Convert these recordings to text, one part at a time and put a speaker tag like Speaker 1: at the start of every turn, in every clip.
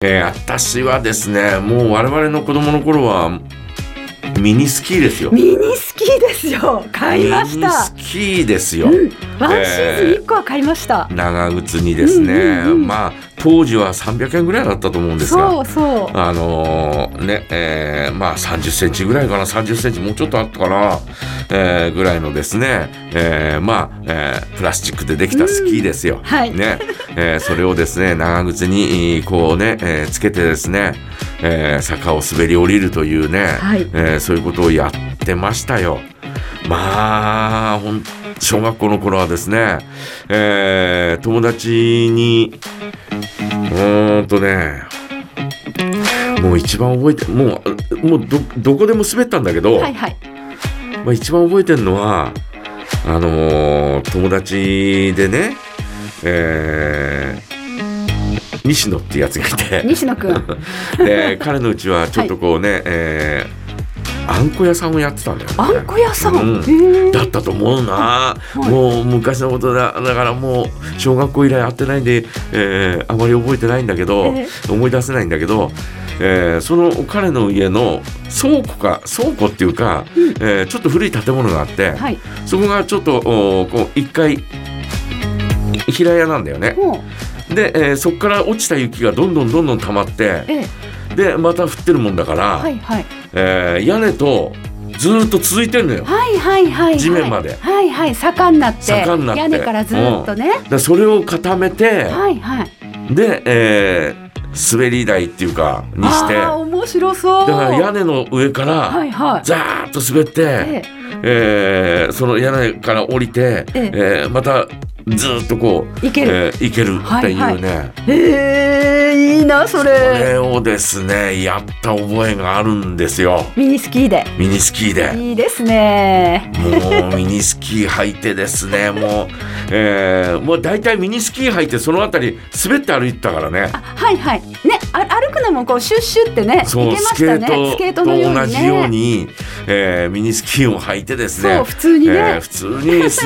Speaker 1: えー私はですねもう我々の子供の頃はミニスキーですよ
Speaker 2: ミニスキーですよ買いまし
Speaker 1: ミニ
Speaker 2: た
Speaker 1: スキーですよ、
Speaker 2: うんワンシーズン1個は買いました、
Speaker 1: 長靴にですね、
Speaker 2: うんうんうん
Speaker 1: まあ当時は300円ぐらいだったと思うんですが
Speaker 2: そうそう
Speaker 1: あのーねえーまあ3 0センチぐらいかな3 0センチもうちょっとあったかな、えーぐらいのですね、えーまあ、えープラスチックでできたスキーですよ。
Speaker 2: はい
Speaker 1: ねえーそれをですね長靴にえーこうね、えーつけてですね、えー坂を滑り降りるというね、
Speaker 2: はい
Speaker 1: えーそういうことをやってましたよ。まあほん小学校の頃はですね、えー友達にうーんとねもう一番覚えてもうもうどどこでも滑ったんだけど、
Speaker 2: はいはい
Speaker 1: まあ、一番覚えてるのはあのー友達でね、えー西野ってやつがいて
Speaker 2: 西 野くん
Speaker 1: で彼のうちはちょっとこうね、えーあんこ屋さんをやってたんだよね。
Speaker 2: あんこ屋さん、
Speaker 1: うん
Speaker 2: へえ
Speaker 1: だったと思うな、
Speaker 2: い
Speaker 1: もう昔のことだだからもう小学校以来会ってないんで、えーあまり覚えてないんだけど、
Speaker 2: え
Speaker 1: 思い出せないんだけど、えーその彼の家の倉庫か倉庫っていうか、えーちょっと古い建物があって、
Speaker 2: はい
Speaker 1: そこがちょっとおこう1階平屋なんだよね
Speaker 2: もう
Speaker 1: で、えーそこから落ちた雪がどんどんどんどん溜まって
Speaker 2: ええ
Speaker 1: でまた降ってるもんだから、
Speaker 2: はいはい
Speaker 1: えー屋根とずーっと続いてんのよ。
Speaker 2: はいはいはいはい
Speaker 1: 地面まで
Speaker 2: はいはい坂になって
Speaker 1: 坂になって
Speaker 2: 屋根からずっとね、
Speaker 1: だからそれを固めて、
Speaker 2: はいはい
Speaker 1: で、えー滑り台っていうかにして
Speaker 2: あー
Speaker 1: だ
Speaker 2: 面白そう
Speaker 1: から屋根の上か
Speaker 2: は
Speaker 1: ら
Speaker 2: いはい
Speaker 1: ザーッと滑って、
Speaker 2: ええ
Speaker 1: えーその屋根から降りて、
Speaker 2: ええ
Speaker 1: えーまたずーっとこう
Speaker 2: 行ける
Speaker 1: えー行けるっていうね、
Speaker 2: えー、いいなそれ
Speaker 1: これをですねやった覚えがあるんですよ
Speaker 2: ミニスキーで
Speaker 1: ミニスキーで。
Speaker 2: いいですね
Speaker 1: もうミニスキー履いてですね、もう、えー、もう大体ミニスキー履いてそのあたり滑って歩いてたからね。
Speaker 2: はいはいねあ歩くのもこうシュッシュってね
Speaker 1: そ、
Speaker 2: いうけま
Speaker 1: ス
Speaker 2: し
Speaker 1: ケ
Speaker 2: たね
Speaker 1: ー
Speaker 2: スケー
Speaker 1: ト
Speaker 2: ト
Speaker 1: と
Speaker 2: のようにね
Speaker 1: 同じように、えーミニスキーを履いてですね
Speaker 2: そう普通にね
Speaker 1: えー普通に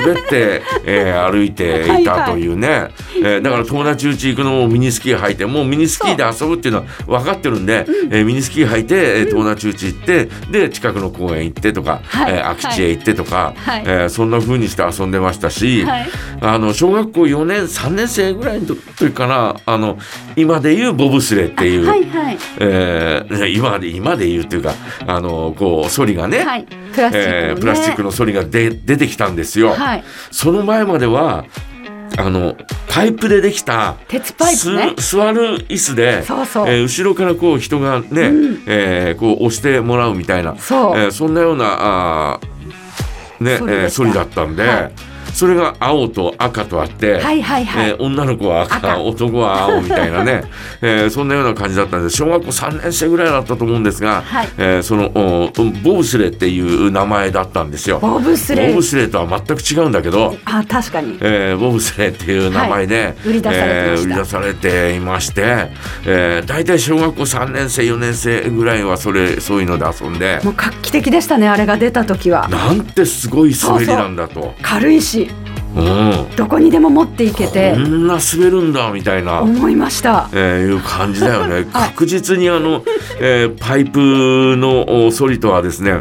Speaker 1: 滑って、えー歩いていたというねえーだから友達うち行くのもミニスキー履いてもうミニスキーで遊ぶっていうのは分かってるんで、えーミニスキー履いて、えー友達うち行ってで近くの公園行ってとか、
Speaker 2: はい
Speaker 1: えー空き地へ行ってとか、
Speaker 2: はい
Speaker 1: えーそんな風にして遊んでましたし、
Speaker 2: はい
Speaker 1: あの小学校4年3年生ぐらいの時かなあの今でいうボブスレーっていう。
Speaker 2: はいはい
Speaker 1: えー今で今で言うというかあのこうソリがね、
Speaker 2: はいプラスチックのね、
Speaker 1: えープラスチックのソリがで出てきたんですよ、
Speaker 2: はい
Speaker 1: その前まではあのパイプでできた
Speaker 2: 鉄パイプね
Speaker 1: す座る椅子で
Speaker 2: そうそう
Speaker 1: えー後ろからこう人がね、えーこう押してもらうみたいな
Speaker 2: そう
Speaker 1: えーそんなようなあー、ね
Speaker 2: ソリ
Speaker 1: えー
Speaker 2: でした
Speaker 1: ソリだったんで、
Speaker 2: はい
Speaker 1: それが青と赤とあって、
Speaker 2: はいはいはい、
Speaker 1: えー女の子は赤
Speaker 2: 赤
Speaker 1: 男は青みたいな ね、えーそんなような感じだったんです小学校3年生ぐらいだったと思うんですが、
Speaker 2: はい
Speaker 1: えーそのおボブスレーっていう名前だったんですよ。
Speaker 2: ボブスレ
Speaker 1: ボ
Speaker 2: ー
Speaker 1: ブスレーとは全く違うんだけど、
Speaker 2: あ確かに
Speaker 1: えーボブスレーっていう名前で、
Speaker 2: い売り出されてました
Speaker 1: えー売り出されていまして、えー、大体小学校3年生4年生ぐらいはそれそういうので遊んで
Speaker 2: もう画期的でしたねあれが出た時は
Speaker 1: なんてすごい滑りなんだと。
Speaker 2: 軽いし
Speaker 1: うん
Speaker 2: どこにでも持っていけて
Speaker 1: こんな滑るんだみたいな。
Speaker 2: 思いました
Speaker 1: えーいう感じだよね
Speaker 2: はい
Speaker 1: 確実にあの、えーパイプのおソリとはですね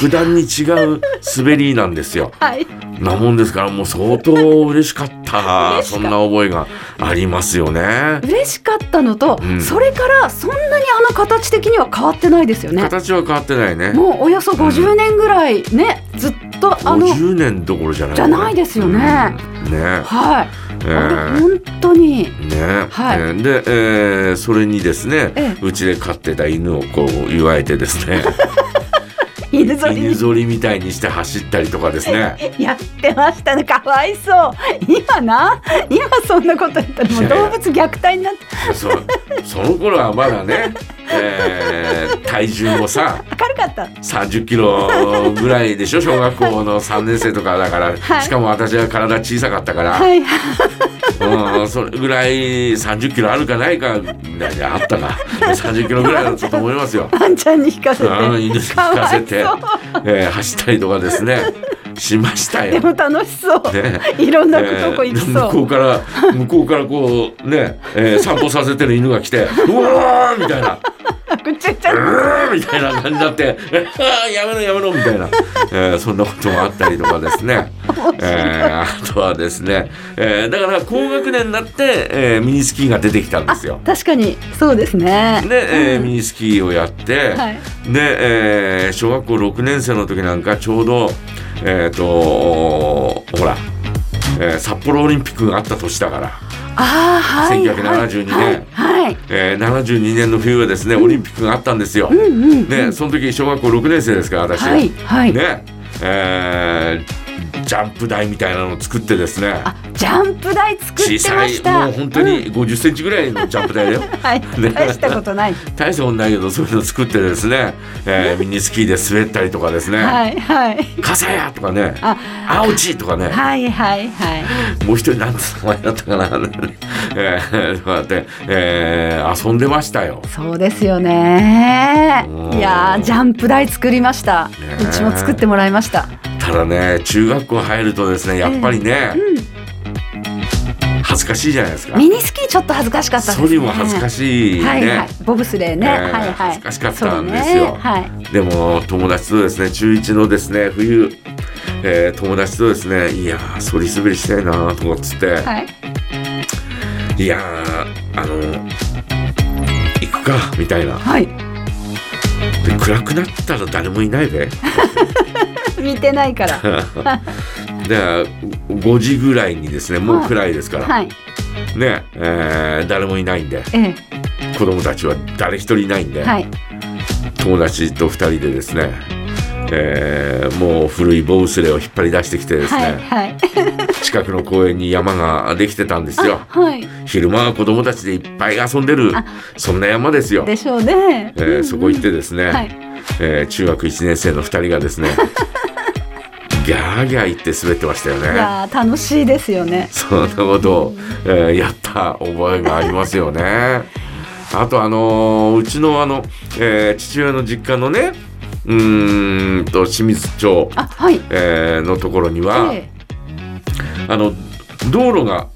Speaker 1: 格段に違う滑りなんですよ。
Speaker 2: はい
Speaker 1: なもんですからもう相当嬉しかった
Speaker 2: 嬉しか
Speaker 1: そんな覚えがありますよね。
Speaker 2: 嬉しかったのと、
Speaker 1: うん
Speaker 2: それからそんなにあの形的には変わってないですよね
Speaker 1: 形は変わってないね。
Speaker 2: もうおよそ50年ぐらいね、ずっとあの
Speaker 1: 50年どころじゃない、
Speaker 2: じゃないですよね。
Speaker 1: うんね
Speaker 2: はい、
Speaker 1: え
Speaker 2: あれ
Speaker 1: ー
Speaker 2: 本当に
Speaker 1: ね、
Speaker 2: はい
Speaker 1: えーで、えーそれにですね、
Speaker 2: ええ
Speaker 1: うちで飼ってた犬をこう祝えてです ね
Speaker 2: 犬ぞり
Speaker 1: 犬ぞりみたいにして走ったりとかですね。
Speaker 2: やってましたねかわいそう今な今そんなこと言ったらもう動物虐待になって
Speaker 1: そその頃はまだね、えー体重もさ
Speaker 2: 明るかった
Speaker 1: 30キロぐらいでしょ小学校の3年生とかだから、
Speaker 2: はい
Speaker 1: しかも私は体小さかったから、
Speaker 2: はい
Speaker 1: う
Speaker 2: はい
Speaker 1: ん、それぐらい30キロあるかないか何あったか30キロぐらいだったと思い ますよ。
Speaker 2: ワンちゃんに引かせて
Speaker 1: うん犬に引かせて
Speaker 2: かわいそう、
Speaker 1: えー走ったりとかですね、しました
Speaker 2: で
Speaker 1: よ。
Speaker 2: も楽しそう、
Speaker 1: ね
Speaker 2: いろんなとこ行き
Speaker 1: えー向こ
Speaker 2: そう
Speaker 1: うから向こうからこうね、えー散歩させてる犬が来て「うわー!」みたいな
Speaker 2: ぐちゃぐ
Speaker 1: 「
Speaker 2: ちゃ
Speaker 1: うーん!」 みたいな感じになって「あーやめろやめろ」みたいな、えーそんなこともあったりとかです ね、えーあとはですね、えーだから高学年になって、えーミニスキーが出てきたんですよ。
Speaker 2: 確かにそうですね
Speaker 1: で、えー
Speaker 2: うん
Speaker 1: ミニスキーをやって、
Speaker 2: はい
Speaker 1: で、えー小学校6年生の時なんかちょうどえっ、とほら、えー札幌オリンピックがあった年だから、
Speaker 2: ああはい
Speaker 1: 1972年
Speaker 2: はい、はい
Speaker 1: えー72年の冬はですねオリンピックがあったんですよ。
Speaker 2: うんうんうん
Speaker 1: ねその時小学校6年生ですから私は、
Speaker 2: はいはい、
Speaker 1: ねえージャンプ台みたいなのを作ってですね
Speaker 2: あジャンプ台作って
Speaker 1: 小
Speaker 2: ま
Speaker 1: さい
Speaker 2: した
Speaker 1: もう本当
Speaker 2: うん
Speaker 1: に5 0センチぐらいのジャンプ台 だよ。
Speaker 2: はい、
Speaker 1: ね
Speaker 2: 大したことない、
Speaker 1: 大したことないけどそういうの作ってですね、えーミニスキーで滑ったりとかですね「
Speaker 2: はいはい
Speaker 1: 傘や!」とかね
Speaker 2: あ
Speaker 1: 「青ち!」とかね
Speaker 2: はいはいはい
Speaker 1: もう一人なんて名前だったかな、 えー、とかって、えー遊んでましたよ。
Speaker 2: そうですよね
Speaker 1: うん
Speaker 2: いやージャンプ台作りました
Speaker 1: え
Speaker 2: うちも作ってもらいました
Speaker 1: ただね中学校入るとですねやっぱりね、恥ずかしいじゃないですか。
Speaker 2: ミニスキーちょっと恥ずかしかったです
Speaker 1: ソ
Speaker 2: ね
Speaker 1: リも恥ずかしいね。
Speaker 2: はいはいボブスレーね、
Speaker 1: えー
Speaker 2: はいはい
Speaker 1: 恥ずかしかったんですよ
Speaker 2: そうねはい
Speaker 1: でも友達とですね中1のですね冬、えー友達とですねいやーそり滑りしたいなーと思ってて、
Speaker 2: はい
Speaker 1: い、やーあの行くかみたいな
Speaker 2: はい
Speaker 1: で暗くなったら誰もいない べ
Speaker 2: 見てないから
Speaker 1: で5時ぐらいにですねもう暗いですから、
Speaker 2: はい
Speaker 1: ね、えー誰もいないんで
Speaker 2: ええ
Speaker 1: 子供たちは誰一人いないんで、
Speaker 2: はい
Speaker 1: 友達と2人でですね、えーもう古いボブスレーを引っ張り出してきてですね、
Speaker 2: はいはい
Speaker 1: 近くの公園に山ができてたんですよ。
Speaker 2: はい
Speaker 1: 昼間は子供たちでいっぱい遊んでる
Speaker 2: あ
Speaker 1: そんな山ですよ。
Speaker 2: でしょうね、
Speaker 1: えーそこ行ってですね、
Speaker 2: はい
Speaker 1: えー中学1年生の2人が ですねギャーギャー言って滑ってましたよ
Speaker 2: い
Speaker 1: ね。
Speaker 2: やー楽しいですよね
Speaker 1: そんなことを、えーやった覚えがありますよね。あとあのーうちのあの、えー父親の実家のねうーんと清水町、
Speaker 2: あはい
Speaker 1: えーのところには、
Speaker 2: え
Speaker 1: あの道路が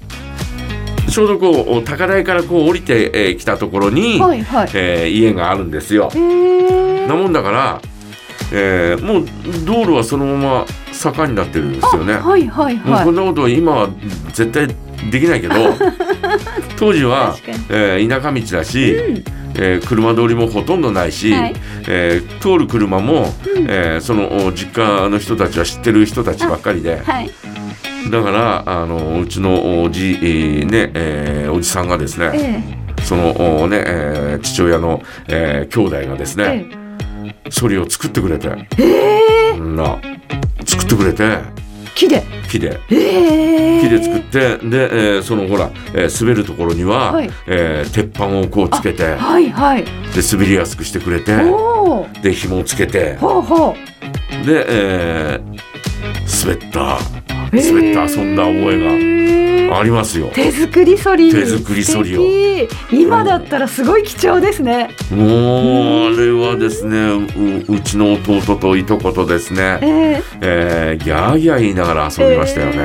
Speaker 1: ちょうどこう高台からこう降りてえーきたところ
Speaker 2: え
Speaker 1: に、
Speaker 2: はいはい
Speaker 1: えー家があるんですよ
Speaker 2: え。ー
Speaker 1: なもんだから、えーもう道路はそのまま坂になってるんですよね。
Speaker 2: はいはい
Speaker 1: もう
Speaker 2: は
Speaker 1: こ
Speaker 2: い
Speaker 1: んなこと今は絶対できない けど当時は
Speaker 2: 確かに、
Speaker 1: えー田舎道だし、
Speaker 2: うん
Speaker 1: えー車通りもほとんどないし、
Speaker 2: はい
Speaker 1: えー通る車も、えーそのお実家の人たちは知ってる人たちばっかりで。
Speaker 2: はい
Speaker 1: だからあのうちのおじ、えーねえーおじさんがですね
Speaker 2: え
Speaker 1: そのおね、えー父親の、えー兄弟がです
Speaker 2: え
Speaker 1: ね、ソリを作ってくれて
Speaker 2: えええ
Speaker 1: みんな作ってくれて
Speaker 2: 木で
Speaker 1: 木で
Speaker 2: ええ
Speaker 1: 木で作ってで、えーそのほら、えー滑るところには、
Speaker 2: はい
Speaker 1: えー鉄板をこうつけてで
Speaker 2: はいはい
Speaker 1: 滑りやすくしてくれて
Speaker 2: おお
Speaker 1: で紐をつけて
Speaker 2: ほうほう
Speaker 1: で、えー滑った
Speaker 2: ええ
Speaker 1: 滑った遊んだ覚えがありますよ。
Speaker 2: 手作りソリ
Speaker 1: 手作りソリを
Speaker 2: 素敵今だったらすごい貴重ですね
Speaker 1: もうあれはですねううちの弟といとことですね、
Speaker 2: ええ
Speaker 1: えーギャーギャー言いながら遊びましたよね、
Speaker 2: え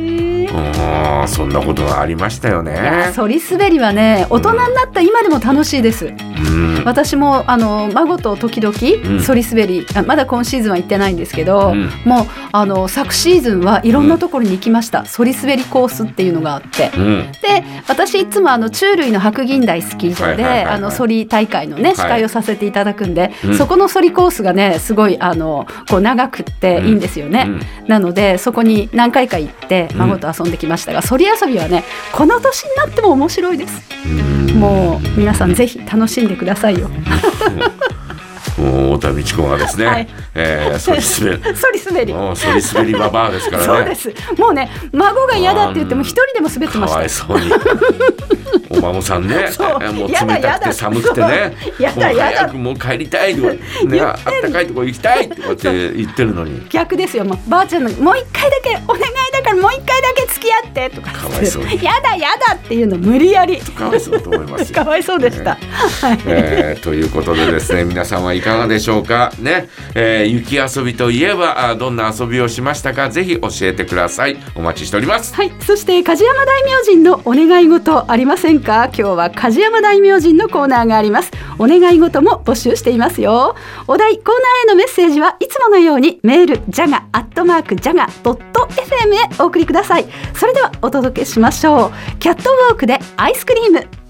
Speaker 2: え
Speaker 1: うーんそんなことがありましたよ
Speaker 2: いや
Speaker 1: ね
Speaker 2: ソリ滑りはね大人になった今でも楽しいです
Speaker 1: うん
Speaker 2: 私もあの孫と時
Speaker 1: うん
Speaker 2: 々ソリ滑り、あまだ今シーズンは行ってないんですけど、
Speaker 1: うん
Speaker 2: もうあの昨シーズンはいろんなところに行きました、ソリ滑りコースっていうのがあって
Speaker 1: うん
Speaker 2: で私いつもあの中類の白銀台スキー場で、
Speaker 1: はいはいはいはい
Speaker 2: あのソリ大会のね司会をさせていただくんで、
Speaker 1: うん
Speaker 2: そこのソリコースがねすごいあのこう長くっていいんですよね、なのでそこに何回か行って
Speaker 1: うん
Speaker 2: 孫と遊んできましたが、ソリ遊びはねこの年になっても面白いです
Speaker 1: うん
Speaker 2: もう皆さんぜひ楽しんでくださいよ
Speaker 1: もう太田美智子がですね、
Speaker 2: はい
Speaker 1: えー、そり滑
Speaker 2: ソリ滑
Speaker 1: り
Speaker 2: り
Speaker 1: もうそり滑りババアですか
Speaker 2: そう
Speaker 1: ら
Speaker 2: で
Speaker 1: ね
Speaker 2: すもうね孫が嫌だって言っても
Speaker 1: うん
Speaker 2: 一人でも滑って
Speaker 1: か
Speaker 2: ました
Speaker 1: わいそう にお孫さんね
Speaker 2: そう
Speaker 1: もう
Speaker 2: やだ
Speaker 1: 冷たく
Speaker 2: や
Speaker 1: て
Speaker 2: だ
Speaker 1: 寒くてね
Speaker 2: そ
Speaker 1: もう
Speaker 2: うやだ
Speaker 1: 早
Speaker 2: やだ
Speaker 1: くもう帰りたいとか、ね、あ ったかいとこ行きたいとかって言ってるのに。
Speaker 2: 逆ですよもうばあちゃんのもう一回だけお願いだかからもう一回だけ付き合ってとか
Speaker 1: かわいそうに
Speaker 2: やだやだっていうの無 理やり
Speaker 1: かわいそうと思いますよ
Speaker 2: かわいそうでした、はい
Speaker 1: えーということでですね皆さんはいかがでしょうかね、えー雪遊びといえばあどんな遊びをしましたかぜひ教えてくださいお待ちしております
Speaker 2: はい、そして梶山大明神のお願い事ありませんか今日は梶山大明神のコーナーがありますお願い事も募集していますよお題コーナーへのメッセージはいつものようにメールジャガアットマークジャガドット FM へお送りくださいそれではお届けしましょうキャットウォークでアイスクリーム